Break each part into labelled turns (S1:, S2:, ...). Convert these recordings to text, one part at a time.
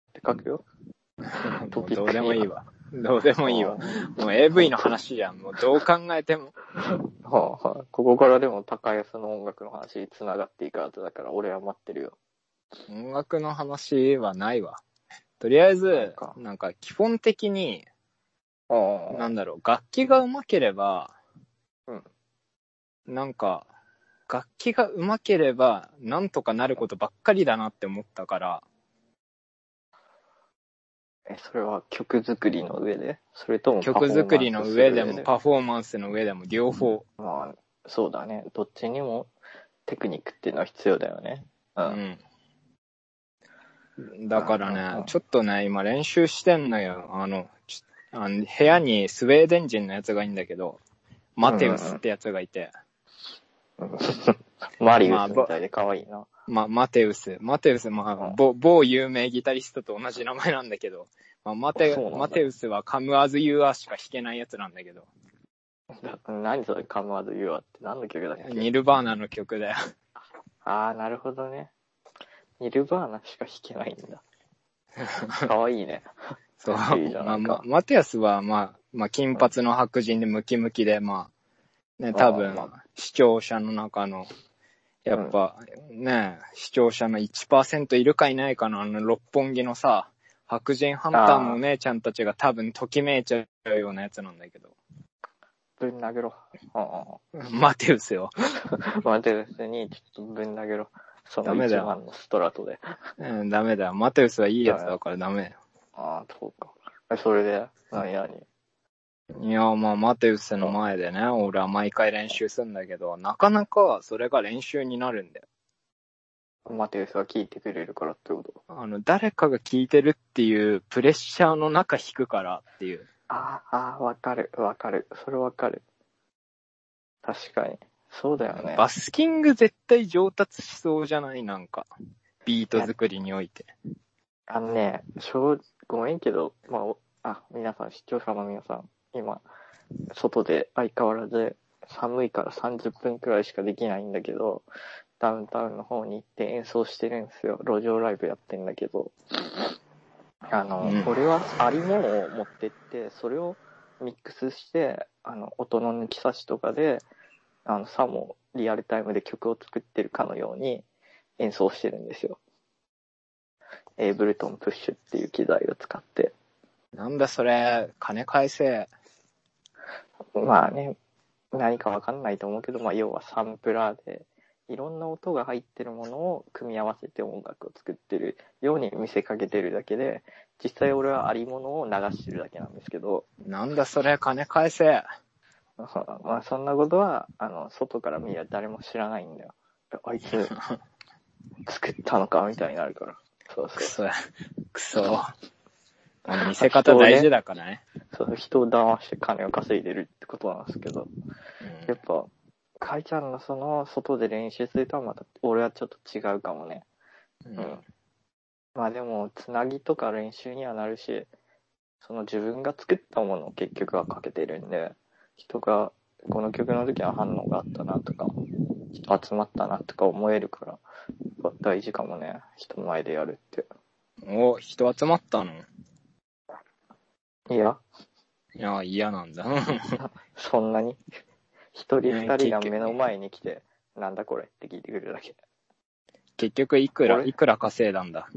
S1: って書くよ。
S2: もうどうでもいいわ。どうでもいいわ。もう AV の話じゃん。もうどう考えても。
S1: はあはあ、ここからでも高安の音楽の話に繋がっていくはずだから、俺は待ってるよ。
S2: 音楽の話はないわ。とりあえず
S1: か、
S2: なんか基本的に、
S1: あ
S2: な
S1: あ、
S2: んだろう、楽器が上手ければ、
S1: うん
S2: なんか、楽器が上手ければ、なんとかなることばっかりだなって思ったから、
S1: え、それは曲作りの上でそれとも
S2: 曲作りの上でも
S1: パ
S2: パフォーマンスの上でも両方、
S1: フォーマンスする上でまあ、そうだね。どっちにもテクニックっていうのは必要だよね。う。
S2: うんん。だから
S1: うん
S2: ね、ちょっとね、今練習してんのよ。あの、ちょあの部屋にスウェーデン人のやつがいいんだけど、マテウスってやつがいて、
S1: マリウスみたいで可愛いな。
S2: まあ、マテウス。マテウス、ま
S1: う
S2: あ
S1: ん、
S2: 某某有名ギタリストと同じ名前なんだけど、まあ、マテ
S1: そうなんだ
S2: マテウスはカムアズユアしか弾けないやつなんだけど、
S1: 何それ、カムアズユアって何の曲だっ
S2: ニ
S1: け
S2: ルバーナの曲だよ。
S1: ああ、なるほどね。ニルバーナしか弾けないんだ。可愛いね。
S2: そう。
S1: いいじゃ
S2: ま
S1: な
S2: あ、
S1: いか
S2: まあマテウスは、まあ、まあ、金髪の白人でムキムキで、まあ、ね、多分
S1: ああま、
S2: 視聴者の中の、やっぱ、ね、視聴者の1%いるかいないかのあの、六本木のさ、白人ハンターのお姉ちゃんたちが多分ときめいちゃうようなやつなんだけど、
S1: ぶん殴ろう。うんうん
S2: マテウスよ。
S1: マテウスにちょっとぶん投げろ。その
S2: ダメ
S1: 一
S2: だよ
S1: 番のストラトで。
S2: うん、ダメだよ。マテウスはいいやつだからダメ
S1: ああ、そうか。えそれで、何々。
S2: よ。いや、まあ、マテウスの前でね、俺は毎回練習するんだけど、なかなかそれが練習になるんだよ。
S1: マテウスが聞いてくれるからってこと。
S2: あの、誰かが聞いてるっていうプレッシャーの中弾くからっていう。
S1: ああ、ああ、わかる、わかる。それわかる。確かに。そうだよね。
S2: バスキング絶対上達しそうじゃないなんか。ビート作りにおいて。
S1: あのね、しょう、ごめんけど、まあお、あ、皆さん、視聴者の皆さん、今、外で相変わらず寒いから30分くらいしかできないんだけど、ダウンタウンの方に行って演奏してるんですよ。路上ライブやってんだけど。あの、
S2: うん
S1: 俺はありものを持ってって、それをミックスして、あの、音の抜き差しとかで、あの、さもリアルタイムで曲を作ってるかのように演奏してるんですよ。エイブルトンプッシュっていう機材を使って。
S2: なんだそれ、金返せ。
S1: まあね、何かわかんないと思うけど、まあ要はサンプラーで、いろんな音が入ってるものを組み合わせて音楽を作ってるように見せかけてるだけで、実際俺はありものを流してるだけなんですけど、
S2: なんだそれ、金返せ。
S1: まあそんなことは、あの、外から見りゃ誰も知らないんだよ。あいつ、作ったのかみたいになるから。そう
S2: ク
S1: そ
S2: ソや。クソ。見せ方大事だからね。
S1: う。そう人を騙して金を稼いでるってことなんですけど。
S2: う
S1: やっぱ、かいちゃんのその外で練習するとはまた俺はちょっと違うかもね。
S2: ん
S1: うんまあでも、つなぎとか練習にはなるし、その自分が作ったものを結局はかけてるんで、人がこの曲の時の反応があったなとか、人集まったなとか思えるから、やっぱ大事かもね。人前でやるっ
S2: うんお、人集まったの
S1: て。いや、
S2: いや、嫌なんだ。
S1: そんなに。一人二
S2: ね
S1: 人が
S2: 結局
S1: 目の前に来て、なんだこれって聞いてくれるだけ。
S2: 結局いく
S1: こ
S2: ら、
S1: れ
S2: いくら稼いだんだ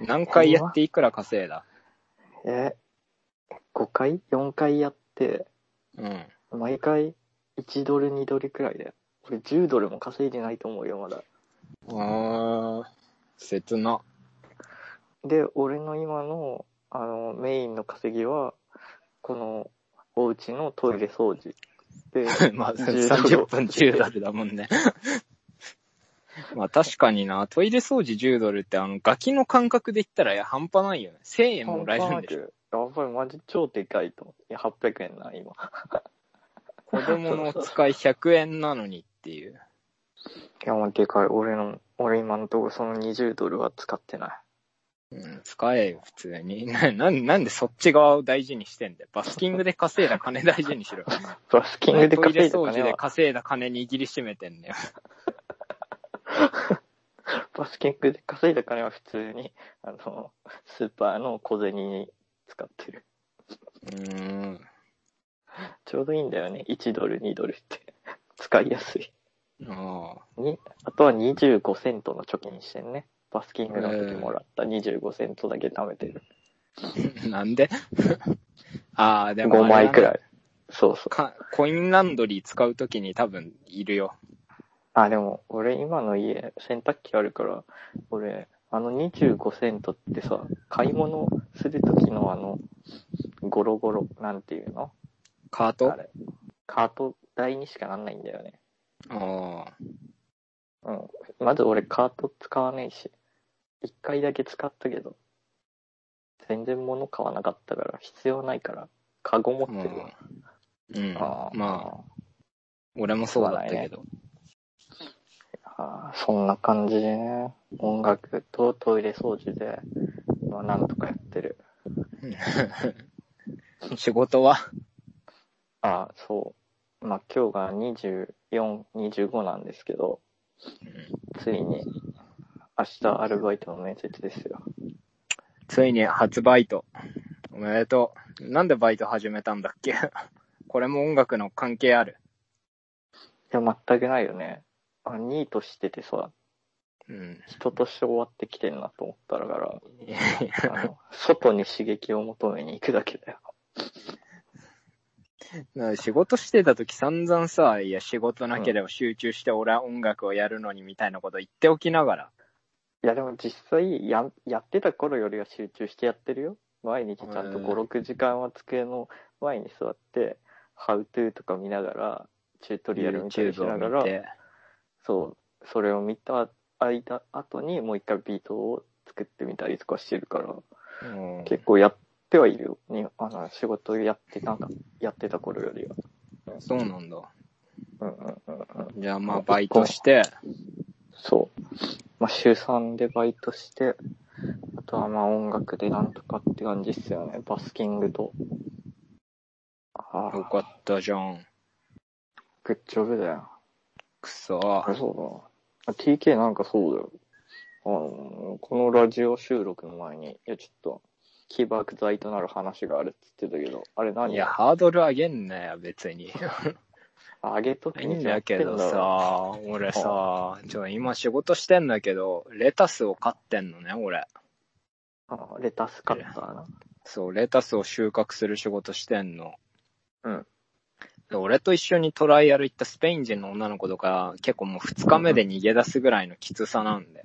S2: 何回やっていくら稼いだ
S1: え、5回 ?4 回やって、
S2: うん。
S1: 毎回1ドル2ドルくらいだよ。俺10ドルも稼いでないと思うよ、まだ。
S2: あー、切な。
S1: で、俺の今の、あの、メインの稼ぎは、この、お家のトイレ掃除。で、
S2: まあ、
S1: 10ドル
S2: 30分10ドルだもんね。 まあ確かにな、トイレ掃除10ドルってあの、ガキの感覚で言ったらいや半端ないよね。1000円 もらえるんでしょ。
S1: やっぱりマジ超でかいと思って。いや、800円な、今。
S2: 子供のお使い100円なのにっていう。
S1: いや、もうでかい。俺の、俺今のところその20ドルは使ってない。
S2: うん、使えよ、普通に。な、なんなんでそっち側を大事にしてんだよ。バスキングで稼いだ金大事にしろ。
S1: バスキングで
S2: トイ
S1: 稼
S2: レ
S1: いだ
S2: 掃除
S1: 金
S2: で
S1: は、
S2: 稼いだ金握りしめてんだよ。
S1: バスキングで稼いだ金は普通に、あの、スーパーの小銭に使ってる。
S2: うーん。
S1: ちょうどいいんだよね。1ドル、2ドルって。 使いやすい。
S2: ああ。
S1: に、あとは25セントの貯金してんね。バスキングの時もらった25セントだけ貯めてる。
S2: なんでああ、でも。
S1: 5枚くら
S2: い。
S1: い。そうそう。
S2: かコインランドリー使うときに多分いるよ。
S1: あ、でも、俺今の家、洗濯機あるから、俺、あの25セントってさ、買い物するときのあの、ゴロゴロ、なんていうの
S2: カート
S1: あれ。カート代にしかなんないんだよね。
S2: ああ。
S1: うん。まず俺カート使わねえし、一回だけ使ったけど、全然物買わなかったから、必要ないから、カゴ持ってるわ。
S2: うん。うん
S1: あー
S2: まあ、俺もそうだったけど。
S1: あーそんな感じでね、音楽とトイレ掃除で、まあ、なんとかやってる。
S2: 仕事は
S1: あーそう。まあ、今日が24、25なんですけど、ついに、明日アルバイトの面接ですよ。
S2: ついに初バイト。おめでとう。なんでバイト始めたんだっけ これも音楽の関係ある。
S1: いや、全くないよね。あ、ニートしててさ、
S2: うん。
S1: 人として終わってきてんなと思ったから、あの外に刺激を求めに行くだけだよ。
S2: なんか仕事してた時散々さ、いや仕事なければ集中して俺は音楽をやるのにみたいなこと言っておきながら。
S1: いや、でも実際や、やってた頃よりは集中してやってるよ。毎日ちゃんと5、
S2: うん
S1: 6時間は机の前に座って、ハウトゥーとか見ながら、チュートリアル見たりし
S2: YouTube
S1: なが
S2: を見
S1: ら、
S2: て。
S1: そう、それを見た間、後にもう一回ビートを作ってみたりとかしてるから、
S2: うん
S1: 結構やってはいるよ。にあの仕事やって、なんか、やってた頃よりは。
S2: そうなんだ。
S1: うんうんうんうん。
S2: じゃあまあバイトして、
S1: そう。まあ、週3でバイトして、あとはまあ音楽でなんとかって感じっすよね。バスキングと。あ
S2: よ
S1: あ、
S2: かったじゃん。
S1: グッジョブだよ。
S2: くそ
S1: あ。れそうだな。あ TK なんかそうだよ。あの、このラジオ収録の前に、いやちょっと、起爆剤となる話があるって言ってたけど、あれ何
S2: いや、ハードル上げんなよ、別に。
S1: あげとって
S2: いい
S1: い
S2: んだけど。さ、俺さ、ちょ、今仕事してんだけど、レタスを飼ってんのね、俺。
S1: あレタスカッターな。
S2: そう、レタスを収穫する仕事してんの。
S1: うん
S2: で。俺と一緒にトライアル行ったスペイン人の女の子とか、結構もう二日目で逃げ出すぐらいのきつさなんで。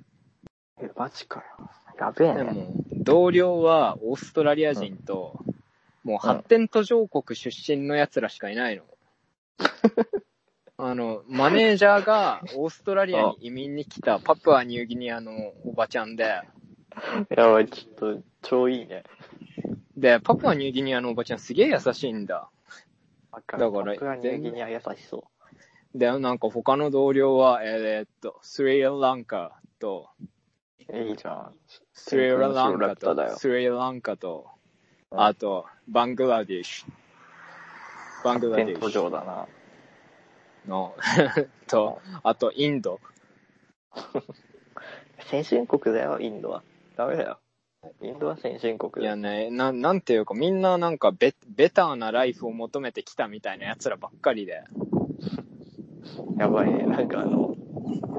S1: え、マジかよ。やべえ
S2: で
S1: ね。
S2: も、同僚はオーストラリア人と、もう発展途上国出身の奴らしか いないの。あの、マネージャーがオーストラリアに移民に来たパプアニューギニアのおばちゃんで、
S1: やばい、ちょっと、超いいね。
S2: で、パプアニューギニアのおばちゃんすげえ優しいんだ。
S1: だか
S2: だから
S1: パプアニューギニア優しそう。
S2: で、なんか他の同僚は、えーっと、スリランカと、
S1: いいじゃん。
S2: スリラン
S1: ラッ
S2: カ
S1: タだ
S2: と、
S1: よ。
S2: スリランカと、
S1: うん
S2: あと、バングラディッシュ。バングラディ
S1: 天
S2: ッ
S1: 途
S2: シュ
S1: 上だな。
S2: の、 と、あとインド。
S1: 先進国だよ、インドは。ダメだよ。インドは先進
S2: い
S1: 国だ
S2: や
S1: よ。
S2: ね、ななんていうか、みんななんかベ、ベターなライフを求めてきたみたいな奴らばっかりで。
S1: やばいね。なんかあの、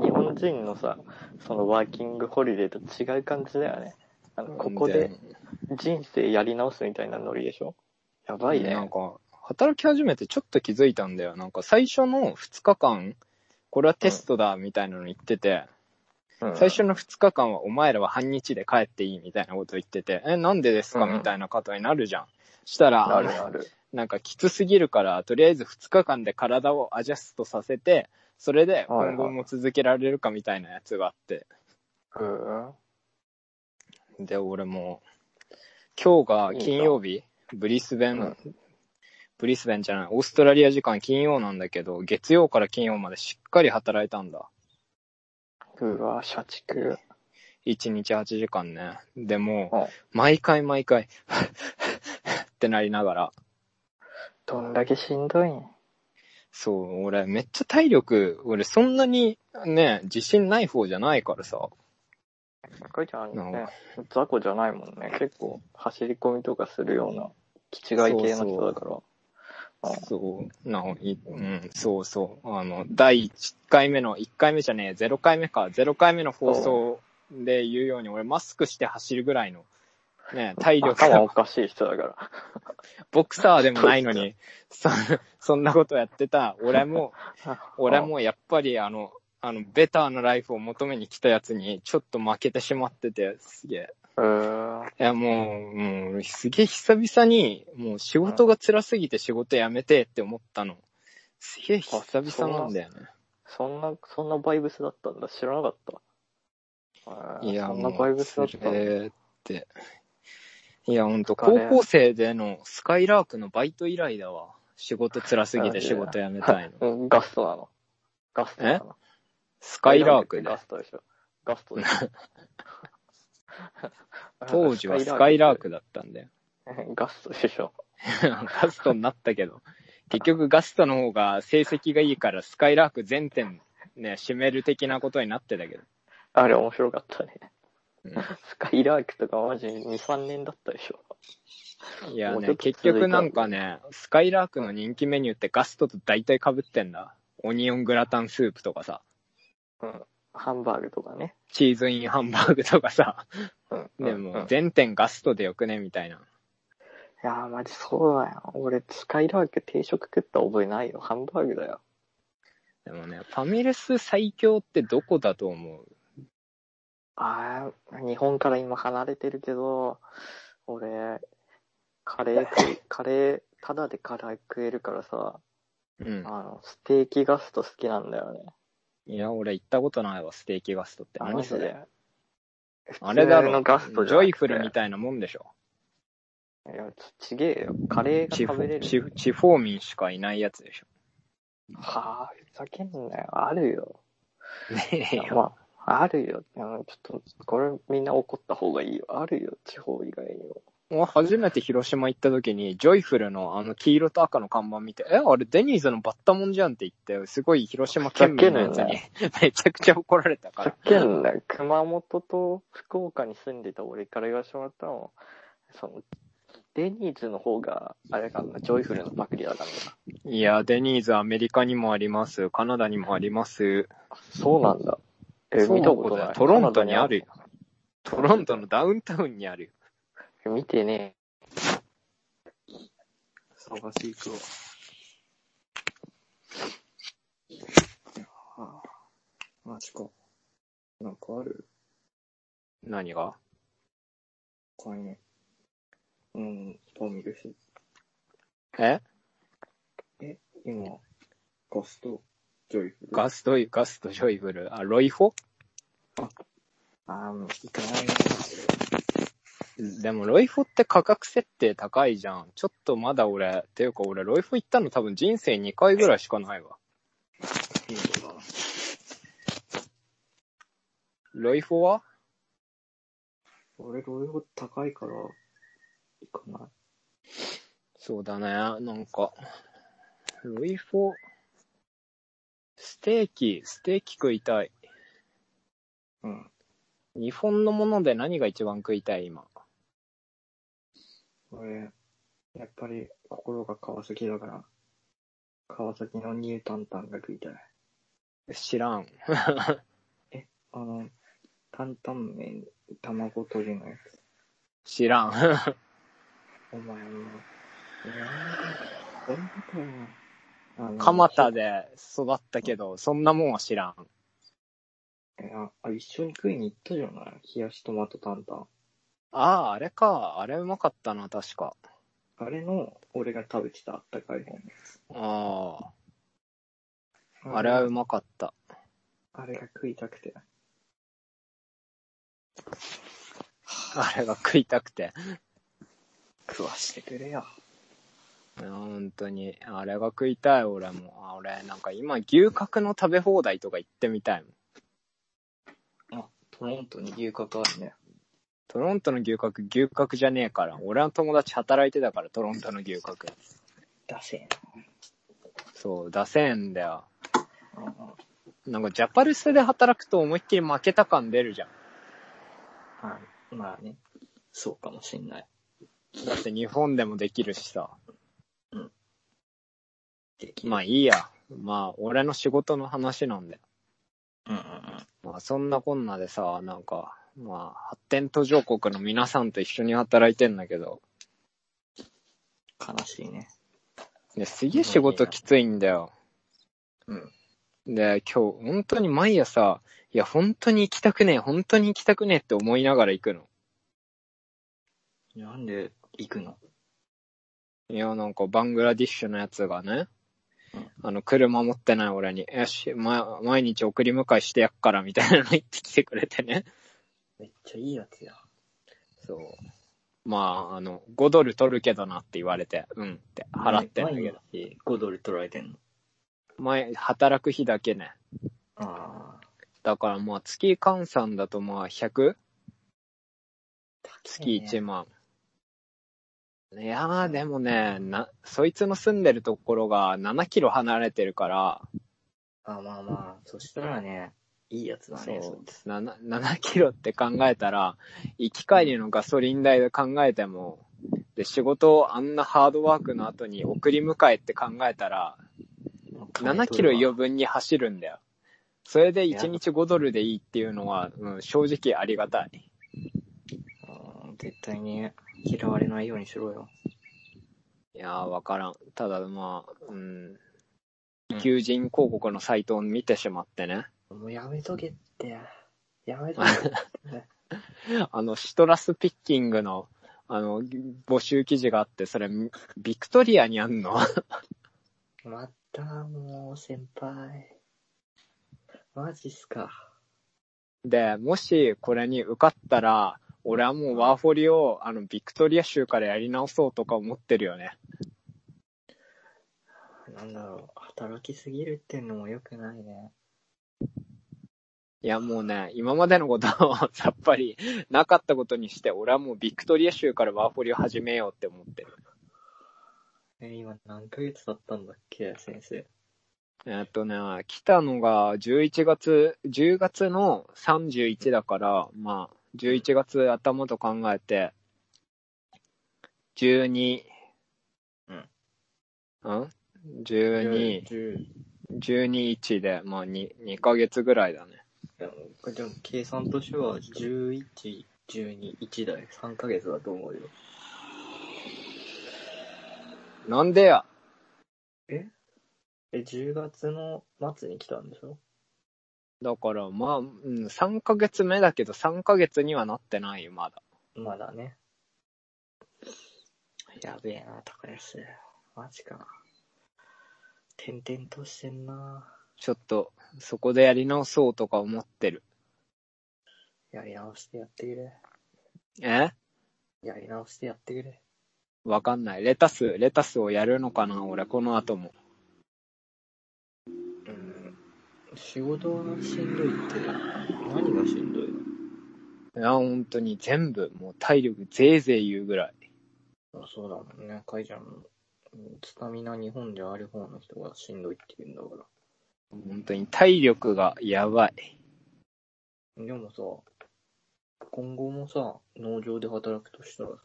S1: 日本人のさ、そのワーキングホリデーと違う感じだよね。あのここで人生やり直すみたいなノリでしょやばいね。
S2: なんか、働き始めてちょっと気づいたんだよ。なんか最初の2日間、これはテストだみたいなの言ってて、
S1: うん
S2: 最初の2日間はお前らは半日で帰っていいみたいなこと言ってて、え、なんでですか
S1: うん
S2: みたいなことになるじゃん。したら、
S1: なるな る。
S2: なんかきつすぎるから、とりあえず2日間で体をアジャストさせて、それで今後も続けられるかみたいなやつがあって。
S1: うん。
S2: で、俺も、今日が金曜日、ブリスベン、
S1: うん
S2: ブリスベンじゃない、オーストラリア時間金曜なんだけど、月曜から金曜までしっかり働いたんだ。
S1: うわ、社畜。
S2: 1日8時間ね。でも、
S1: うん
S2: 毎回毎回、 ってなりながら、
S1: どんだけしんどいん。
S2: そう、俺めっちゃ体力、俺そんなにね、自信ない方じゃないからさ、
S1: かいちゃん
S2: なん
S1: ね、雑魚じゃないもんね。結構、走り込みとかするような、気違い系の人だから。あ
S2: そう、なおい、うん、そうそう。あの、第1回目の、1回目じゃねえ、0回目か、0回目の放送で言うように、俺マスクして走るぐらいの、ね、体力
S1: 頭お
S2: が、
S1: かしい人だから。
S2: ボクサーでもないのに、そ、 そんなことやってた、俺も、俺もやっぱりあの、あの、ベターなライフを求めに来たやつに、ちょっと負けてしまってて、すげえ。
S1: うーん。
S2: いや、もう、うん、すげえ久々に、もう仕事が辛すぎて仕事辞めてって思ったの。すげえ久々なんだよね。
S1: そんな、そんなバイブスだったんだ。知らなかった。えー
S2: いや、
S1: そん
S2: も
S1: な
S2: う、
S1: バイブスだったんだ。
S2: えって。いや、ほんと、
S1: 疲
S2: 高
S1: れ
S2: 校生でのスカイラークのバイト以来だわ。仕事辛すぎて仕事辞めたいの。
S1: うん、ガストなの。ガストなの。
S2: スカイラーク で
S1: ガ。ストでしょ。ガストでしょ。
S2: 当時はスカイラークだったんだよ。
S1: ク。 ガストでしょ。
S2: ガストになったけど。結局ガストの方が成績がいいからスカイラーク全店ね、占める的なことになってたけど。
S1: あれ面白かったね。
S2: うん
S1: スカイラークとかマジ2、3年だったでしょ。
S2: いや
S1: もうちょ
S2: ね、
S1: っと続い
S2: 結
S1: た
S2: 局なんかね、スカイラークの人気メニューってガストと大体被ってんだ。オニオングラタンスープとかさ、
S1: うん。ハンバーグとかね。
S2: チーズインハンバーグとかさ、
S1: うん。
S2: で
S1: うんう
S2: も
S1: ん、い
S2: 全店ガストでよくねみたいな。
S1: やー、マジそうだよ。俺、スカイラーク定食食った覚えないよ。ハンバーグだよ。
S2: でもね、ファミレス最強ってどこだと思う
S1: あー、日本から今離れてるけど、俺、カレー食 い、カレー、ただでカレー食えるからさ、
S2: うん
S1: あ。の、ステーキガスト好きなんだよね。
S2: いや、俺行ったことないわ、ステーキガストって。何
S1: マ
S2: そ
S1: ジ
S2: れ
S1: で。
S2: あれだ
S1: 普通
S2: ろ、
S1: の
S2: ジ
S1: ガストじゃ
S2: ョイフルみ
S1: なくて
S2: たいなもんでしょ。
S1: いや、ちげえよ。カレーが
S2: 地
S1: 食べれ
S2: 方
S1: る。
S2: 地地方民しかいないや つでしょ。
S1: はあ、ふざけんなよ。あるよ。
S2: ねえよ
S1: まあ、あるよ。あのちょっと、これみんな怒った方がいいよ。あるよ、地方以外にも。
S2: 俺初めて広島行った時に、ジョイフルのあの黄色と赤の看板見て、え、あれデニーズのバッタモンじゃんって言って、すごい広島県民のやつ
S1: ふざけんな
S2: に
S1: よ
S2: めちゃくちゃ怒られたか
S1: ふざ
S2: ら。
S1: けんなよ。熊本と福岡に住んでた俺から言わせてもらったの。その、デニーズの方が、あれかな、ジョイフルのパクリだからな。
S2: いや、デニーズアメリカにもあります、カナダにもあります。
S1: そうなんだ。え、
S2: そう
S1: 見たこと
S2: だ
S1: な
S2: よ
S1: い。
S2: トロントにあるよ。ト
S1: カナダにある
S2: ロントのダウンタウンにあるよ。
S1: 見てね
S2: 探していくわ。
S1: マジか。なんかある
S2: 何が
S1: 他に。うん、パン見るし。
S2: え
S1: 今、ガスト、ジョイフル
S2: ガスト、ガスト、ジョイフル。あ、ロイホ
S1: あー、もう行かない
S2: でも、ロイフォって価格設定高いじゃん。ちょっとまだ俺、ていうか俺、ロイフォ行ったの多分人生2回ぐらいしかないわ。ロイフォは
S1: 俺、ロイホ高いから、行かない。
S2: そうだね、なんか。ロイフォ、ステーキ、ステーキ食いたい。
S1: うん。
S2: 日本のもので何が一番食いたい今。
S1: 俺、やっぱり、心が川崎だから、川崎のニュータンタンが食いたい。
S2: 知らん。
S1: あの、担々麺、卵とじのやつ。
S2: 知らん。
S1: お前もう、えぇ、ー、どんなかよ。
S2: 蒲田で育ったけど、そんなもんは知らん。
S1: えああ、一緒に食いに行ったじゃない冷やしトマト担々。
S2: ああ、あれか。あれうまかったな、確か。
S1: あれの、俺が食べてたあったかい方
S2: ああ。
S1: の
S2: あれはうまかった。
S1: あれが食いたくて。
S2: あれが食いたくて。
S1: 食わしてくれよ。
S2: 本当に、あれが食いたい、俺も。あ俺、なんか今、牛角の食べ放題とか行ってみたいもん。
S1: トロントに牛角あるね。
S2: トロントの牛角、牛角じゃねえから。俺の友達働いてたから、トロントの牛角。
S1: ダセ
S2: そう、出せんだよ。
S1: えな。
S2: なんか、ジャパルスで働くと思いっきり負けた感出るじゃん。
S1: はい。まあね、そうかもしんない。
S2: だって日本でもできるしさ。
S1: できる
S2: まあいいや。まあ俺の仕事の話なんで。
S1: うんうんうん。
S2: まあそんなこんなでさ、なんか、まあ発展途上国の皆さんと一緒に働いてんだけど、
S1: 悲しいね。
S2: ね、すげえ仕事きついんだよ。
S1: うん。
S2: で、今日本当に毎朝、いや本当に行きたくねえ、本当に行きたくねえって思いながら行くの。
S1: なんで行くの
S2: いや、なんか、バングラディッシュのやつがね
S1: うん、
S2: あの、車持ってない俺に、よし、ま、毎日送り迎えしてやっから、みたいなの言ってきてくれてね。
S1: めっちゃいいやつや。
S2: そう。まあ、あの、5ドル取るけどなって言われて、うんって払ってんだけど。
S1: 毎日5ドル取られてんの。
S2: 前、働く日だけね。
S1: ああ。
S2: だからまあ、月換算だとまあ、100? 月1万。いやー、でもね、な、そいつの住んでるところが7キロ離れてるから、
S1: あまあまあ、そしたらね、いいやつだ
S2: そ
S1: ね、そういつ。
S2: 7, 7キロって考えたら、行き帰りのガソリン代で考えても、で、仕事をあんなハードワークの後に送り迎えって考えたら、7キロ余分に走るんだよ。それで1日5ドルでいいっていうのは、うん、正直ありがたい。
S1: うん絶対に嫌われないようにしろよ。
S2: いやー、わからん。ただ、まあ、うん、求人広告のサイトを見てしまってね。
S1: もうやめとけって。やめとけって。
S2: あの、シトラスピッキングの、あの、募集記事があって、それ、ビクトリアにあんの
S1: またもう先輩。マジっすか。
S2: で、もしこれに受かったら、俺はもうワーホリを、あの、ビクトリア州からやり直そうとか思ってるよね。
S1: なんだろう、働きすぎるってのも良くないね。
S2: いや、もうね、今までのことを さっぱりなかったことにして、俺はもうビクトリア州からワーホリを始めようって思ってる。
S1: え、今何ヶ月経ったんだっけ、先生。
S2: えっとね、来たのが11月、10月の31だから、まあ、11月頭と考えて、12、うん。ん ?12、
S1: 10。
S2: 121で、まあ2、2ヶ月ぐらいだね。
S1: でもこれでも計算としては11、12、1だよ。3ヶ月だと思うよ。
S2: なんでや
S1: え、10月の末に来たんでしょ
S2: だから、まあ、うん、3ヶ月目だけど、3ヶ月にはなってないよ、まだ。
S1: まだね。やべえな、高安。マジか。転々としてんな。
S2: ちょっと、そこでやり直そうとか思ってる。
S1: やり直してやってくれ。
S2: え
S1: やり直してやってくれ。
S2: わかんない。レタス、レタスをやるのかな俺、この後も。
S1: うん。仕事はしんどいって、何がしんどい
S2: いや、本当に全部、もう体力ぜいぜい言うぐらい。
S1: のあそうだもんね。かいちゃんも、うんスタミナ日本である方の人がしんどいって言うんだから。
S2: 本当に体力がやばい。
S1: でもさ、今後もさ、農場で働くとしたらさ、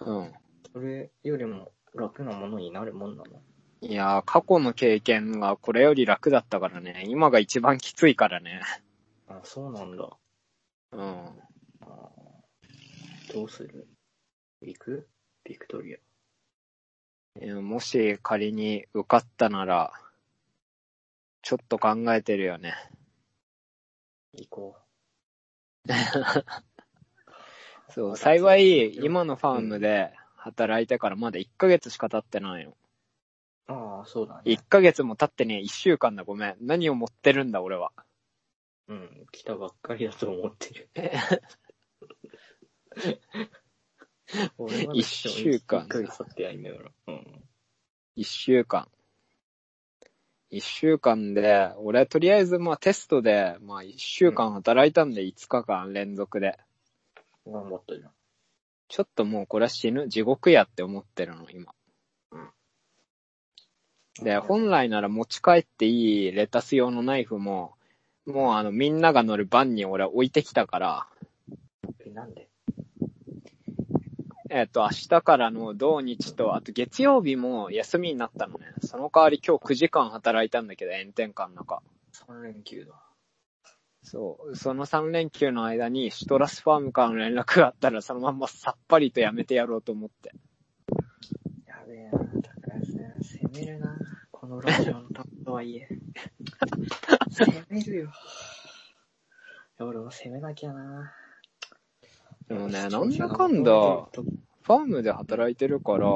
S2: うん。
S1: それよりも楽なものになるもんなの
S2: いやー、過去の経験がこれより楽だったからね。今が一番きついからね。
S1: あ、そうなんだ。
S2: うん。
S1: あーどうする行くビクトリア。
S2: えーもし仮に受かったなら、ちょっと考えてるよね。
S1: 行こ
S2: そう、
S1: 私
S2: 幸い、今のファームで働いてからまだ1ヶ月しか経ってないの。
S1: う。ああ、そうだね
S2: 1。ヶ月も経ってね、1週間だ、ごめん。何を持ってるんだ、俺は。
S1: うん、来たばっかりだと思ってる。 俺は
S2: 一週間
S1: 1ヶ月経ってやいんだから。うん。
S2: 1週間。1週間で、俺、とりあえず、まあ、テストで、まあ、1週間働いたんで、5日間連続で。
S1: 頑張ったじゃん。
S2: ちょっともうこれは死ぬ、地獄やって思ってるの、今。で、本来なら持ち帰っていいレタス用のナイフも、もうあのみんなが乗るバンに俺は置いてきたから、
S1: え、なんで
S2: えっ、と、明日からの土日と、あと月曜日も休みになったのね。その代わり今日9時間働いたんだけど、炎天下の中。
S1: ?3 連休だ。
S2: そう。その3連休の間に、シュトラスファームからの連絡があったら、そのまんまさっぱりとやめてやろうと思って。
S1: やべえな、高安ね。攻めるな。このラジオの担当はいえ。攻めるよ。いや、俺も攻めなきゃな。
S2: でもね、なんだかんだ、ファームで働いてるから、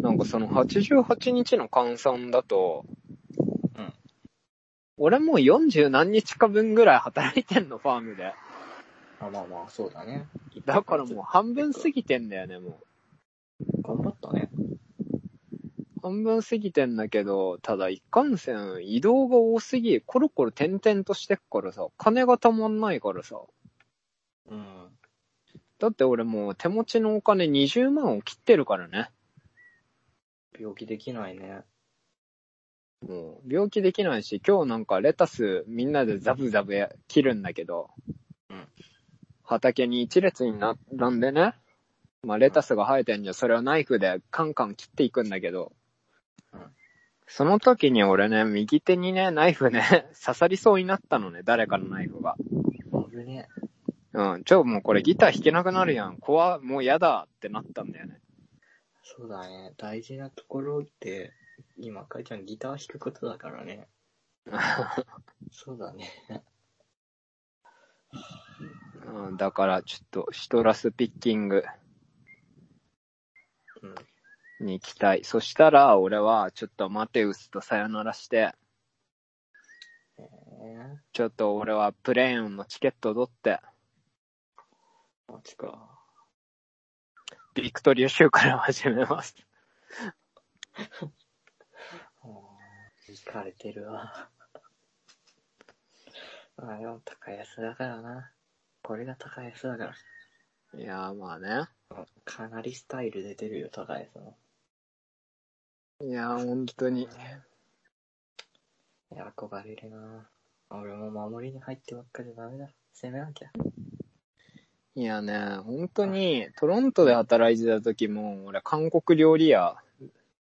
S2: なんかその88日の換算だと、
S1: うん
S2: 俺もう40何日か分ぐらい働いてんの、ファームで。
S1: あ、まあまあ、そうだね。
S2: だからもう半分過ぎてんだよね、も
S1: 頑張ったね。
S2: う。半分過ぎてんだけど、ただ一貫せん移動が多すぎ、コロコロ転々としてっからさ、金がたまんないからさ。
S1: うん。
S2: だって俺もう手持ちのお金20万を切ってるからね。
S1: 病気できないね。
S2: もう病気できないし、今日なんかレタスみんなでザブザブや切るんだけど、
S1: うん
S2: 畑に一列になったんでね、まあレタスが生えてんじゃん、それをナイフでカンカン切っていくんだけど、
S1: うん
S2: その時に俺ね、右手にね、ナイフね、 刺さりそうになったのね、誰かのナイフが。
S1: 危ね
S2: うん、ちょ、もうこれギター弾けなくなるやん、怖、もうやだってなったんだよね。
S1: そうだね。大事なところって、今、かいちゃんギター弾くことだから ね。そうだね。
S2: うん、だからちょっとシトラスピッキング、
S1: うん。
S2: に行きたい。そしたら、俺は、ちょっとマテウスとさよならして、
S1: え
S2: ちょっと俺はプレーンのチケット取って、
S1: ー、マジか。
S2: ビクトリア州から始めます。
S1: 行かれてるわ。 まあでも高安だからな。これが高安だから。
S2: いやーまあね。
S1: うんかなりスタイル出てるよ、高安の。
S2: いやー本当に。
S1: いや、憧れるな。俺も守りに入ってばっかじゃダメだ。攻めなきゃ。
S2: いやね、本当に、トロントで働いてた時も、俺韓国料理屋、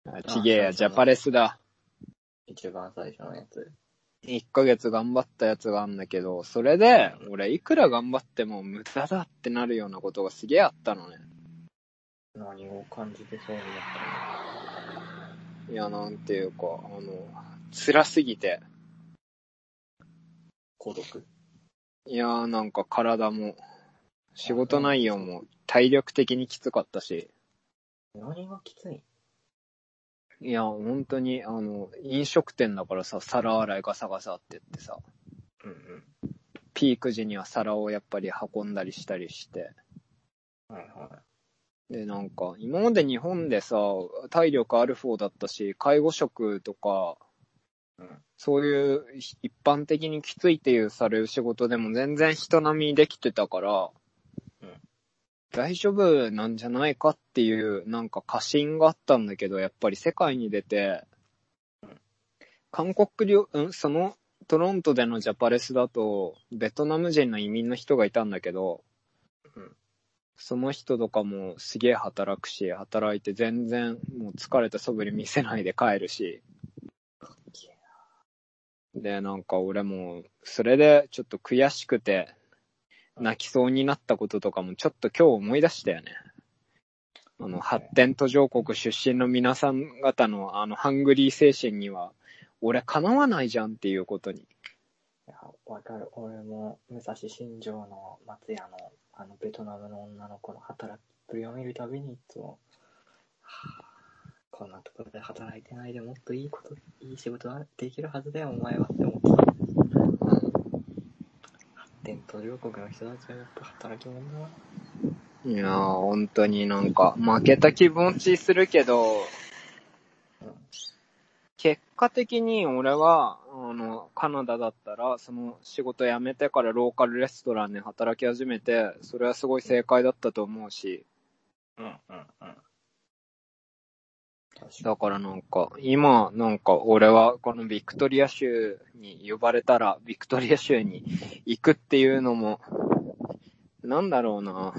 S2: あちげえや、ジャパレスだ。
S1: 一番最初のやつ。
S2: 1ヶ月頑張ったやつがあんだけど、それで、俺いくら頑張っても無駄だってなるようなことがすげえあったのね。
S1: 何を感じてそうになっ
S2: いや、なんていうか、あの、辛すぎて。
S1: 孤独。
S2: いやーなんか体も、仕事内容も体力的にきつかったし、
S1: 何がきつい
S2: いや、本当に、あの、飲食店だからさ、皿洗いガサガサって言ってさ、
S1: うんうん。
S2: ピーク時には皿をやっぱり運んだりしたりして、
S1: はいは
S2: で、なんか、今まで日本でさ、体力ある方だったし、介護職とか、
S1: い。うん。
S2: そういう一般的にきついっていうされる仕事でも全然人並みできてたから、
S1: うん
S2: 大丈夫なんじゃないかっていうなんか過信があったんだけど、やっぱり世界に出て、韓国料、うん、そのトロントでのジャパレスだと、ベトナム人の移民の人がいたんだけど、
S1: うん
S2: その人とかもすげえ働くし、働いて全然もう疲れた素振り見せないで帰るし、で、なんか俺も、それでちょっと悔しくて、泣きそうになったこととかもちょっと今日思い出したよね。あの、発展途上国出身の皆さん方のあの、ハングリー精神には、俺叶わないじゃんっていうことに。
S1: いや、わかる。俺も、武蔵新城の松屋の、あの、ベトナムの女の子の働きっぷりを見るたびに、いつも、はぁこんなところで働いてないでもっといいこと、いい仕事ができるはずだよ、お前はって思った。発展途上国の人たちはやっぱ働き者だな。
S2: いやー、本当になんか、負けた気持ちするけど、
S1: うん。
S2: 結果的に俺は、あの、カナダだったら、その仕事辞めてからローカルレストランで働き始めて、それはすごい正解だったと思うし、
S1: うん、うん、うん。確か
S2: だからなんか、今、なんか俺はこのビクトリア州に呼ばれたら、ビクトリア州に行くっていうのも、なんだろうな。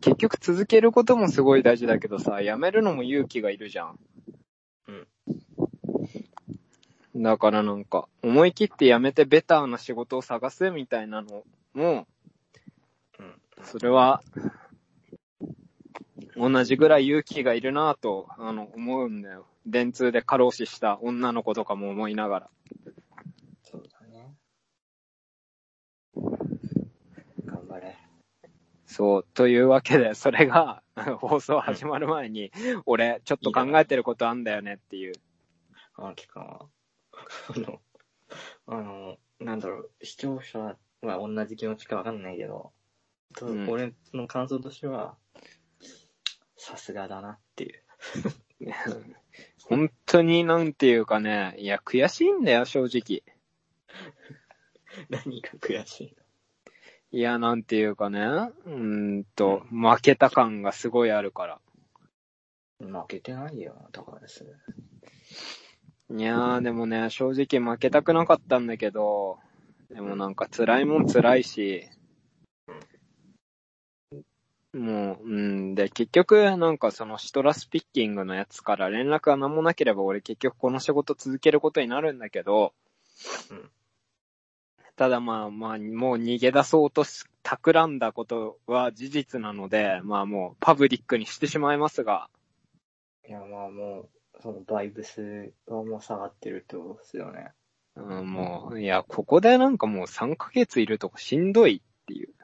S2: 結局続けることもすごい大事だけどさ、やめるのも勇気がいるじゃん。うん。だからなんか、思い切ってやめてベターな仕事を探すみたいなのも、
S1: うん
S2: それは、同じぐらい勇気がいるなぁと、あの、思うんだよ。電通で過労死した女の子とかも思いながら。
S1: そうだね。頑張れ。
S2: そう、というわけで、それが、 放送始まる前に、俺、ちょっと考えてることあんだよねっていう。
S1: あきくんは。 あの、あの、なんだろう、視聴者は同じ気持ちかわかんないけど、と
S2: うん
S1: 俺の感想としては、さすがだなっていう。
S2: 本当になんていうかね、いや、悔しいんだよ、正直。
S1: 何が悔しい
S2: いや、なんていうかね、うーんと、負けた感がすごいあるから。
S1: の負けてないよ、だからですね。
S2: いやー、でもね、正直負けたくなかったんだけど、でもなんか辛いもん辛いし、もう、うん、で、結局、なんかそのシトラスピッキングのやつから連絡が何もなければ俺結局この仕事続けることになるんだけど、
S1: うん
S2: ただまあまあ、もう逃げ出そうとし企んだことは事実なので、まあもうパブリックにしてしまいますが、
S1: いや、まあもう、そのバイブスはもう下がってるってことですよね。
S2: うん、もう、いや、ここでなんかもう3ヶ月いるとしんどいっていう。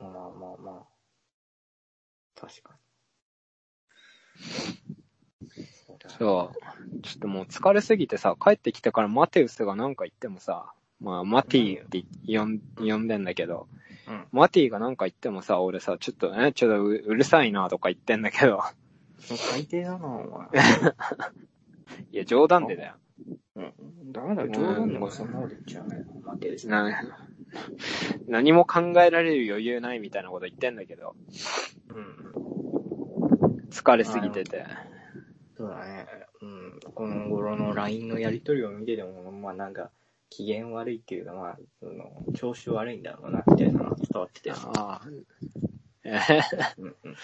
S1: まあまあまあ。確かに。そうだね
S2: そう。ちょっともう疲れすぎてさ、帰ってきてからマテウスがなんか言ってもさ、まあ、マティって呼ん呼んでんだけど、
S1: うん
S2: マティがなんか言ってもさ、俺さ、ちょっと、え、ちょっとううるさいなとか言ってんだけど、
S1: 最低だな、お前。
S2: いや、冗談でだよ。
S1: うんダメだよ、冗談でもそんなこと言っちゃうね。待ってですね。
S2: な何も考えられる余裕ないみたいなこと言ってんだけど、
S1: うん。
S2: 疲れすぎてて。
S1: そうだね。うん。この頃の LINE のやりとりを見てても、まあなんか、機嫌悪いっていうか、まあ、その、調子悪いんだろうな、みたいなのが伝わってて。
S2: ああ。 えへ
S1: うんうん。っ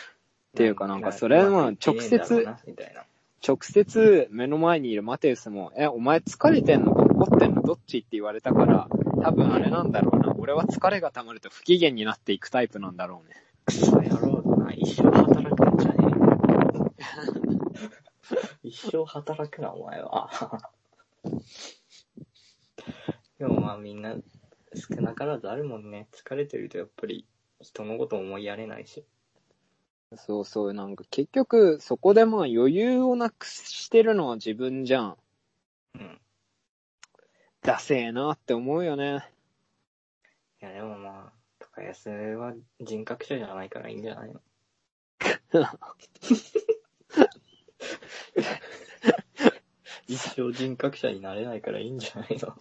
S1: て
S2: いうかなんかそれはまあ直接
S1: みたいな。
S2: 直接目の前にいるマテウスも、え、お前疲れてんのか怒ってんのどっちって言われたから、多分あれなんだろうな。俺は疲れが溜まると不機嫌になっていくタイプなんだろうね。
S1: クソ野郎だな、一生働くんじゃねえ。 一生働くな、お前は。 でもまあみんな、少なからずあるもんね。疲れてるとやっぱり、人のこと思いやれないし。
S2: そうそう、なんか結局そこでまあ余裕をなくしてるのは自分じゃん。
S1: うん。
S2: ダセえなって思うよね。
S1: いやでもまあ、高安は人格者じゃないからいいんじゃ ないの一生人格者になれないからいいんじゃないの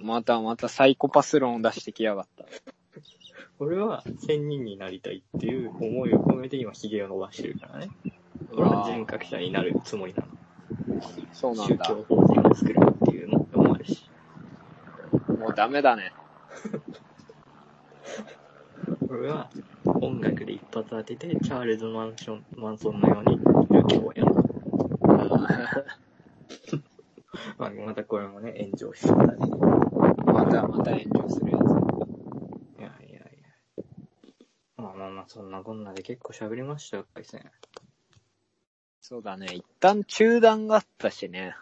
S2: またまたサイコパス論を出してきやがった。
S1: 俺は仙人になりたいっていう思いを込めて今ヒゲを伸ばしてるからね。俺は人格者になるつもりな
S2: そう
S1: の。
S2: な
S1: 宗
S2: んだ。
S1: 教法人を作るっていうのもあるし。
S2: もうダメだね。
S1: 俺は音楽で一発当てて、チャールズ・マンション、マンソンのように宗教をやる。まあ、またこれもね、炎上してたね。
S2: またまた炎上するや
S1: いやいやいや。まあまあまあ、そんなこんなで結構喋りましたよ、海鮮。
S2: つ。そうだね。一旦中断があったしね。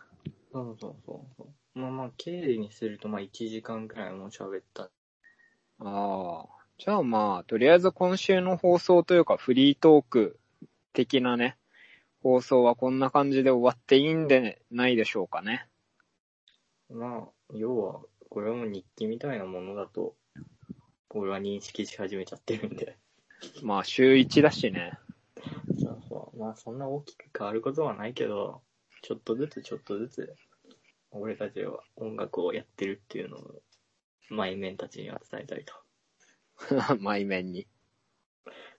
S1: そうそうそうそう。まあまあ、経理にするとまあ1時間くらいもう喋った。
S2: ああ。じゃあまあ、とりあえず今週の放送というかフリートーク的なね、放送はこんな感じで終わっていいんでないでしょうかね。
S1: まあ、要は、これはもう日記みたいなものだと、俺は認識し始めちゃってるんで。
S2: まあ週1だしね。
S1: そうそう。まあ、そんな大きく変わることはないけど、ちょっとずつちょっとずつ、俺たちは音楽をやってるっていうのを、前面たちには伝えたいと。
S2: 前面に。
S1: い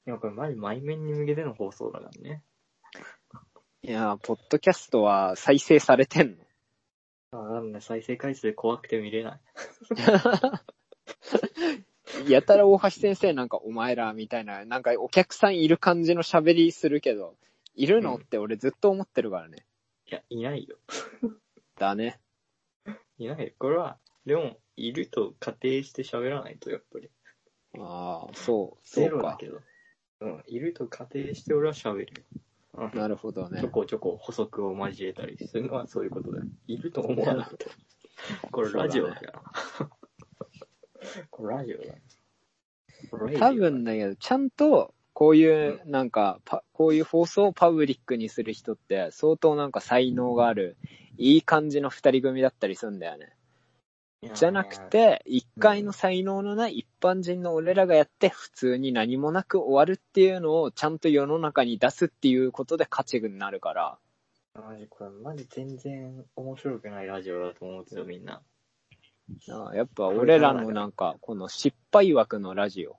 S1: や、これマジ前面に向けての放送だからね。
S2: いやー、ポッドキャストは再生されてんの
S1: わかんない。再生回数怖くて見れない。
S2: やたら大橋先生なんかお前らみたいな、なんかお客さんいる感じの喋りするけど、いるのって俺ずっと思ってるからね。
S1: いや、いないよ。
S2: だね。
S1: いないよ。これは、でも、いると仮定して喋らないと、やっぱり。
S2: ああ、そう、そ
S1: ゼ
S2: う
S1: ロだ
S2: か。
S1: けど。うん、いると仮定して俺は喋るよ。うん
S2: なるほどね
S1: ちょ。こちょこ補足を交えたりするのはそういうことだよ。いると思わない と。これラジオだから。これラジオだよ。これ
S2: 多分だけど、ちゃんと、こういう、なんか、パこういう放送をパブリックにする人って、相当なんか才能がある、いい感じの二人組だったりするんだよね。じゃなく、て、一回の才能のない一般人の俺らがやって、普通に何もなく終わるっていうのを、ちゃんと世の中に出すっていうことで価値になるから、
S1: いやーマジ、これマジ全然面白くないラジオだと思うけど、みんな。
S2: ああやっぱ俺らのなんか、この失敗枠のラジオ。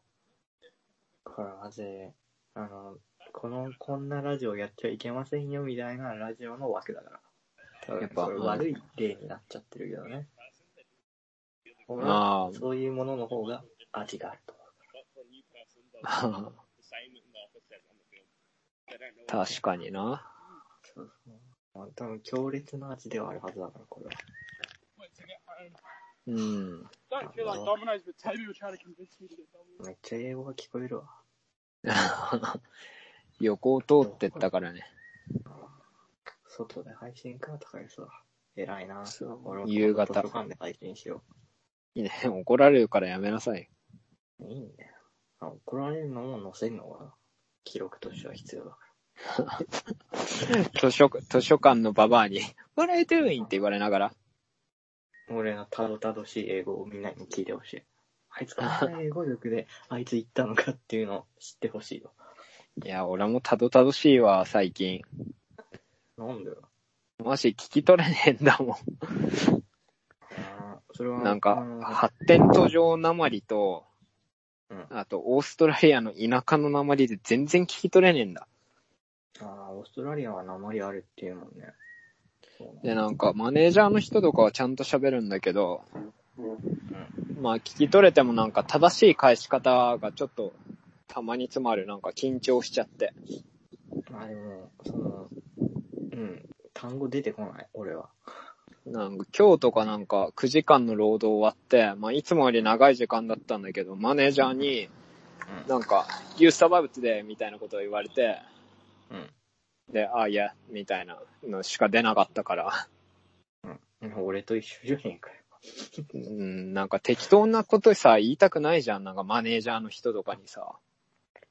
S1: これマジ、あの、この、こんなラジオやっちゃいけませんよ、みたいなラジオの枠だから。多分
S2: やっぱ
S1: それ悪い例になっちゃってるけどね。俺は
S2: あ
S1: そういうものの方が味があると思う。
S2: あ、 確かにな。
S1: そうそう。まあ多分強烈な味ではあるはずだから、これは。
S2: うん。
S3: Don't feel like Domino's, but Toby were trying to convince me to get Domino's.
S1: めっちゃ英語が聞こえるわ。
S2: 横を通ってったからね。
S1: 外で配信かとか言うさ。偉いな。
S2: そう
S1: 俺は
S2: 夕
S1: 今
S2: 方
S1: 度図書館で配信しよ
S2: いいね。怒られるからやめなさい。
S1: う。いいんだよ。あ怒られるのも載せるのが記録としては必要だ。
S2: 図書、図書館のババアに、What are you doing? って言われながら。
S1: 俺のたどたどしい英語をみんなに聞いてほしい。あいつこんな英語力で、あいつ行ったのかっていうのを知ってほしいよ。
S2: いや、俺もたどたどしいわ、最近。
S1: なんだよ。
S2: マジ聞き取れねえんだも
S1: あーそれは、
S2: ん。なん
S1: あ
S2: か、
S1: の
S2: 発展途上なまりと、
S1: うん
S2: あと、オーストラリアの田舎のなまりで全然聞き取れねえんだ。
S1: あーオーストラリアは鉛あるっていうもんね。そうなんだ
S2: で、なんか、マネージャーの人とかはちゃんと喋るんだけど、まあ、聞き取れてもなんか、正しい返し方がちょっと、たまに詰まる。なんか、緊張しちゃって。
S1: まあでも、その、うん、単語出てこない、俺は。
S2: なんか、今日とかなんか、9時間の労働終わって、まあ、いつもより長い時間だったんだけど、マネージャーに、
S1: うん
S2: なんか、You survived today! みたいなことを言われて、
S1: うん
S2: で、あ、いや、みたいなのしか出なかったから、
S1: うん。俺と一緒じゃねえかよ。
S2: うん、なんか適当なことさ、言いたくないじゃん。なんか、マネージャーの人とかにさ。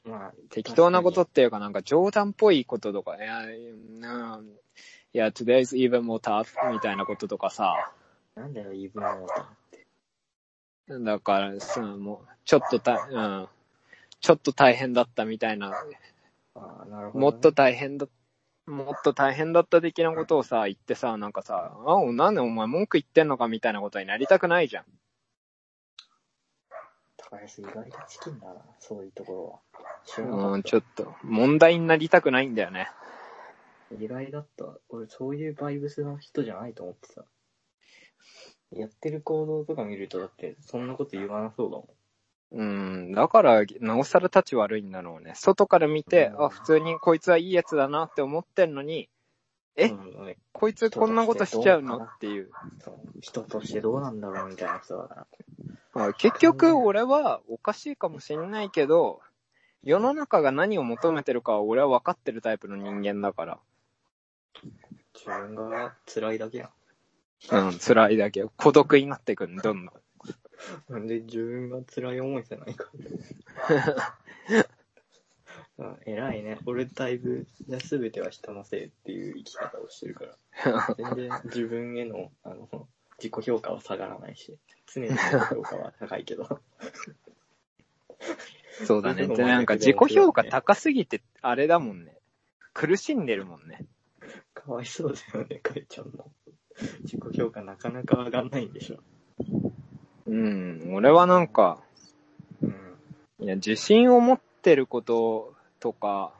S1: まあ、
S2: 適当なことっていうか、なんか冗談っぽいこととかね、うんいや、today's even more tough みたいなこととかさ、
S1: なんだよ、言い分を持たって。
S2: だから、そのもう、ちょっとた、うん、ちょっと大変だったみたいな、
S1: ああ、なるほど、
S2: もっと、大変だ、もっと大変だった的なことをさ、言ってさ、なんかさ、あ、なんでお前文句言ってんのかみたいなことになりたくないじゃん。
S1: 高安意外とチキンだな、そういうところは。知らなか
S2: うん、
S1: った
S2: ちょっと、問題になりたくないんだよね。
S1: 意外だった。俺、そういうバイブスの人じゃないと思ってた。やってる行動とか見ると、だって、そんなこと言わなそうだも
S2: うん、だから、なおさら立ち悪いんだろうね。外から見て、
S1: うん
S2: あ、普通にこいつはいいやつだなって思ってんのに、え
S1: ん。うんうん
S2: こいつこんなことしちゃうの
S1: 人としてどうかな
S2: っていう。
S1: そう人としてどうなんだろうみたいな人だから。
S2: まあ結局、俺はおかしいかもしんないけど、世の中が何を求めてるかは俺は分かってるタイプの人間だか
S1: 自分が辛いだけや
S2: ら。うん、辛いだけよ。孤独になってくん、どんどん。
S1: ん。なんで自分が辛い思いじゃないから。うん偉いね。俺だいぶ、じゃあ全ては人のせいっていう生き方をしてるから。全然自分への、あの、自己評価は下がらないし、常に自己評価は高いけど。
S2: そうだね。で、なんか自己評価高すぎて、あれだもんね。苦しんでるもんね。
S1: かわいそうだよね、かいちゃんも。自己評価なかなか上がんないんでしょ。
S2: うん、俺はなんか、
S1: うん。
S2: いや、自信を持ってることとか、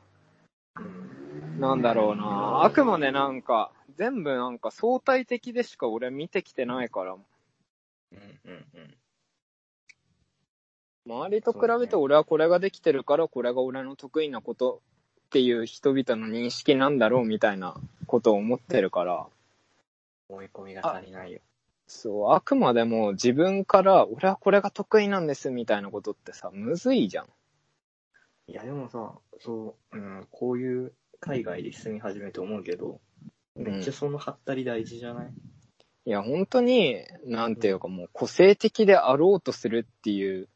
S2: なんだろうな。あくまでなんか、全部なんか相対的でしか俺は見てきてないから、
S1: うんうんうん。
S2: 周りと比べて俺はこれができてるからこれが俺の得意なことっていう人々の認識なんだろうみたいなことを思ってるから、
S1: 思い込みが足りないよ。
S2: そう、あくまでも自分から俺はこれが得意なんですみたいなことってさ、むずいじゃん。
S1: いや、でもさ、そう、うん、こういう海外で住み始めて思うけど、めっちゃそのハったり大事じゃない、
S2: いや、本当に、なんていうかもう個性的であろうとするっていう、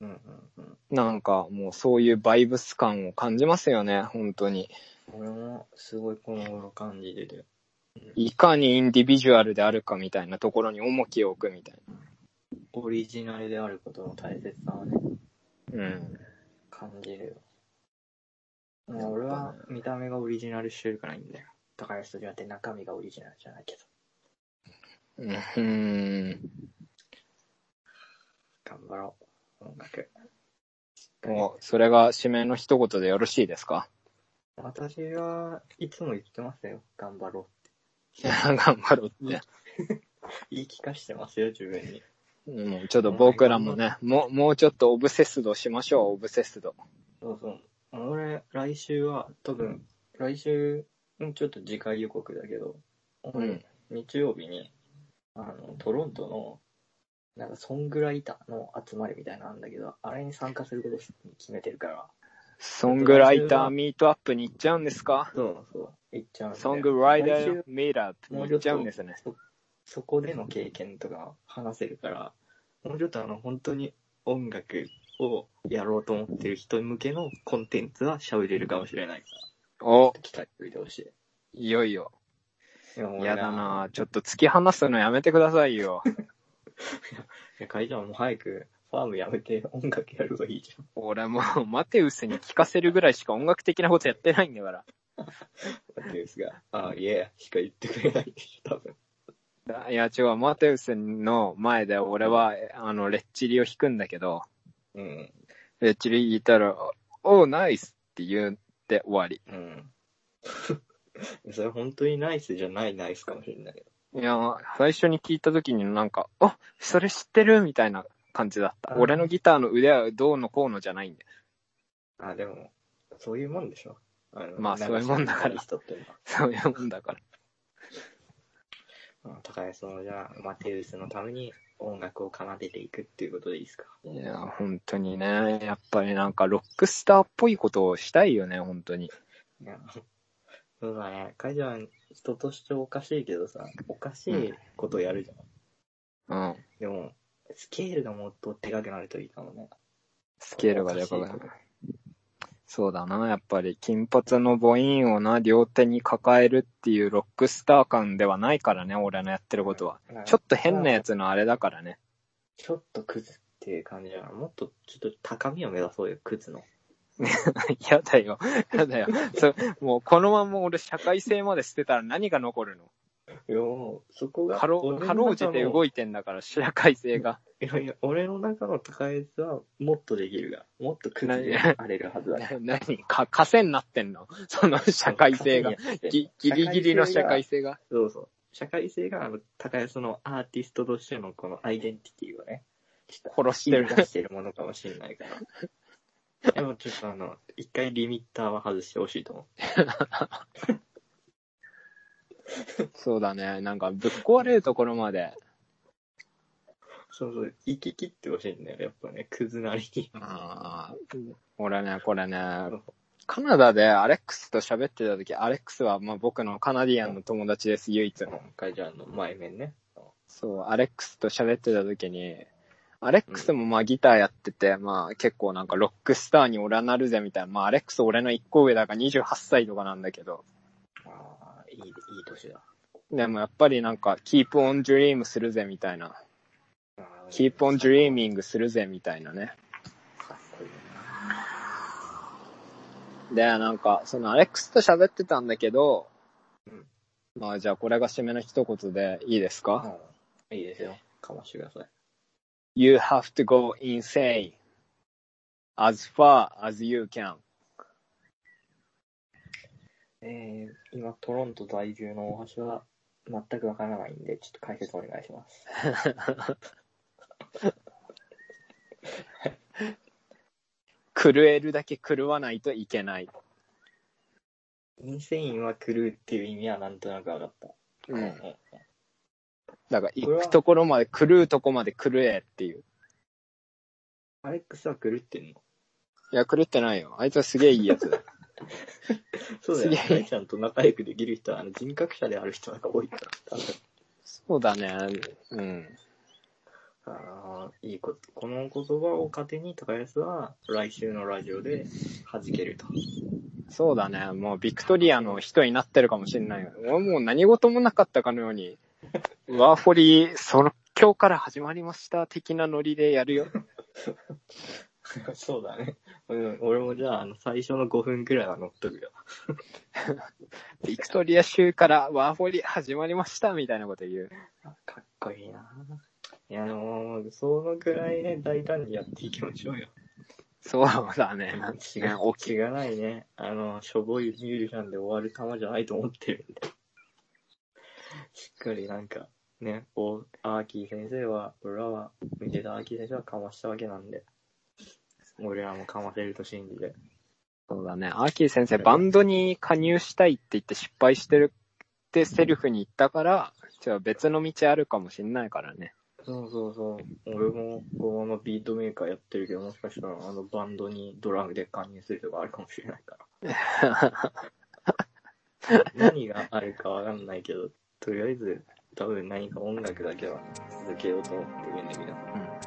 S1: うん、うんうん。
S2: なんかもうそういうバイブス感を感じますよね、本当に。
S1: 俺もすごいこの頃感じてて。
S2: いかにインディビジュアルであるかみたいなところに重きを置くみたい
S1: オリジナルであることの大切さをね、
S2: な。うん。
S1: 感じるよ。もう俺は見た目がオリジナルしてるからいいんだよ。高橋と違って中身がオリジナルじゃないけど。
S2: うーん。
S1: 頑張ろう。音楽。
S2: もう、それが締めの一言でよろしいですか
S1: 私はいつも言ってますよ。頑張ろ
S2: 頑張ろうって。
S1: う。言い聞かしてますよ、自分に。
S2: もうちょっと僕らもね、もう、もうちょっとオブセスドしましょう、オブセスド。
S1: そうそう。俺、来週は、多分、来週、うんちょっと次回予告だけど、俺、
S2: うん
S1: 日曜日に、あの、トロントの、なんか、ソングライターの集まりみたいなのあるんだけど、あれに参加することに決めてるから。
S2: ソングライターミートアップに行っちゃうんですか
S1: そうそう、行っちゃうんで
S2: ソングライタ
S1: 来週
S2: ーミートアップ
S1: も
S2: に
S1: うちょ
S2: 行っ
S1: っ
S2: ち
S1: と
S2: ゃうんですね。
S1: そそこでの経験とか話せるから、もうちょっとあの、本当に音楽をやろうと思ってる人向けのコンテンツは喋れるかもしれないか
S2: お
S1: ら、、期待しておいてほしい。
S2: いよいよ。
S1: いやもう俺
S2: や
S1: ら
S2: だなぁちょっと突き放すのやめてください よ。
S1: いや、会長もう早くファームやめて音楽やればいいじゃん。
S2: 俺もうマテウスに聞かせるぐらいしか音楽的なことやってないんだから。
S1: マテウスが、 ああ、いえ、しか言ってくれないでしょ、多分。
S2: だいや違う、マテウスの前で俺は、えあの、レッチリを弾くんだけど、
S1: うん。
S2: レッチリ弾いたら、おー、ナイスって言って終わり。
S1: うん。それ本当にナイスじゃないナイスかもしれないけど。
S2: いやー、最初に聞いた時になんか、あ、それ知ってるみたいな感じだった。
S1: うん
S2: 俺のギターの腕はどうのこうのじゃないんだよ。
S1: あ、でも、そういうもんでしょ。あの
S2: まあそういうもんだから
S1: 流してる人っていうのは
S2: そういうもんだから。
S1: うん高安の、じゃあ、マテウスのために音楽を奏でていくっていうことでいいですか。
S2: いやー、本当にね、やっぱりなんかロックスターっぽいことをしたいよね、本当に。
S1: いや、そうだね。会長は人としておかしいけどさ、おかしいことやるじゃん。
S2: うん。
S1: でも、スケールがもっとでかくなるといいかもね。
S2: スケールがでかくなる。そうだな、やっぱり金髪の母音をな、両手に抱えるっていうロックスター感ではないからね、俺のやってることは。
S1: うん
S2: ちょっと変なやつのあれだからね。
S1: ちょっとクズっていう感じだな。もっとちょっと高みを目指そうよ、クズの。
S2: やだよ、やだよ。そもうこのまま俺社会性まで捨てたら何が残るの
S1: いや、もう、そこが。
S2: かろう、かろうじて動
S1: い
S2: いてんだから、社会性 が。
S1: て。いやいや、俺の中の高いやつはもっとできるが、もっとクズで
S2: 何
S1: あれるはずだ。
S2: な何か、枷になってんのその 社会 性が。ぎギリギリの社会
S1: 性。
S2: 性が。
S1: そうそう。社会性が、あの、高安のアーティストとしてのこのアイデンティティをね、ちょっと
S2: 殺してる
S1: 生み出してるものかもしれないから。でもちょっとあの、一回リミッターは外してほしいと思う。
S2: そうだね。なんか、ぶっ壊れるところまで。
S1: そうそう、行き切ってほしいんだよ、やっぱね、クズなりに。
S2: ああ、俺ね、これね
S1: ん、
S2: カナダでアレックスと喋ってた時、アレックスはまあ僕のカナディアンの友達です、唯一の。
S1: 会長の前面ね。
S2: そう、アレックスと喋ってた時に、アレックスもまあギターやってて、まあ結構なんかロックスターに俺はなるぜみたいな、まあアレックス俺の一個上だから28歳とかなんだけど、
S1: ああ、いい、いい年だ。
S2: でもやっぱりなんか、キープオンドリームするぜみたいな、キープオンド
S1: リー
S2: リーミングするぜみたいなね。
S1: かっこいい
S2: で、なんか、そのアレックスと喋ってたんだけど、
S1: うん
S2: まあじゃあこれが締めの一言でいいですか、
S1: な。うん。いいですよ。かましてください。
S2: ?You have to go insane as far as you can.
S1: えー、今、トロント在住の大橋は、全くわからないんで、ちょっと解説お願いします。
S2: 狂えるだけ狂わないといけない。
S1: インセインは狂うっていう意味はなんとなく分かった。
S2: うん。
S1: ん
S2: だから、行くところまで、狂うとこまで狂えっていう。
S1: アレックスは狂ってんの
S2: いや、狂ってないよ。あいつはすげえいいやつだ。
S1: そうだよね。
S2: すげえ
S1: 大ちゃんと仲良くできる人は、あの人格者である人なんか多いから。
S2: そうだね。うん。
S1: ああ、いいこと。この言葉を糧に高安は、来週のラジオで弾けると。
S2: そうだね。もうビクトリアの人になってるかもしれないよ。俺はもう何事もなかったかのよう に、ワーホリ、その、今日から始まりました的なノリでやるよ。
S1: そうだね。うん、俺もじゃあ、あの、最初の5分くらいは乗っとくよ。
S2: ビクトリア州からワーホリ始まりましたみたいなこと言う。
S1: あかっこいいな。いや、もう、そのくらいね、大胆にやっていきましょうよ。
S2: そうだ ね。
S1: 違う、
S2: 大き
S1: 気
S2: い。
S1: がないね。あの、しょぼいミュージシャンで終わる球じゃないと思ってるんで。しっかりなんか、ね、お、アーキー先生は、俺らは、見てたアーキー先生はかましたわけなんで。俺らもかませると信じて。
S2: そうだね。アーキー先生、バンドに加入したいって言って失敗してるってセルフに言ったから、じゃあ別の道あるかもしんないからね。
S1: そうそうそう。俺も、このビートメーカーやってるけど、もしかしたら、あの、バンドにドラムで加入するとかあるかもしれない から。何があるかわかんないけど、とりあえず、多分何か音楽だけは続けようと思ってるんで、皆さん。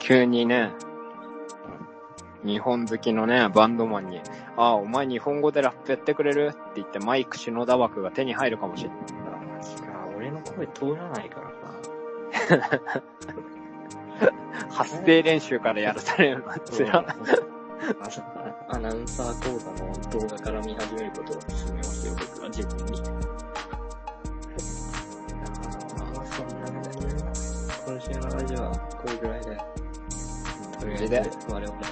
S2: 急にね、日本好きのね、バンドマンに、ああ、お前日本語でラップやってくれるって言ってマイク篠田枠が手に入るかもしれない。
S1: あ、マジか。俺の声通らないから
S2: 発声練習からやらされるのは
S1: さ。
S2: 辛い。
S1: あのアナウンサー講座の動画から見始めることを勧めますよ、僕は自分に。ああ、そんな感じで今週のラジオはこれぐらいで、とりあえず我々、狂っ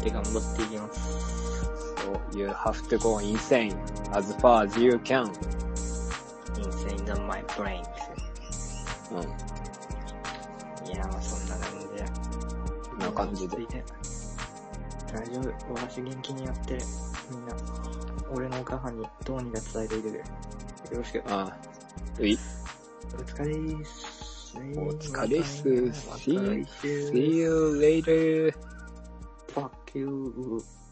S1: て頑張っていきます。
S2: So you have to go insane as far as you can.
S1: Insane the my brain.
S2: う
S1: いや、まあそんな感じで。
S2: ん。な感じで
S1: 落。ち着いて大丈夫。私元気にやってる。みんな、俺のお母さんにどうにか伝えていてくれ。よろしく。
S2: ああ。うい。
S1: お疲れーす。
S2: お疲れっす
S1: また来週
S2: See you later.
S1: Fuck you.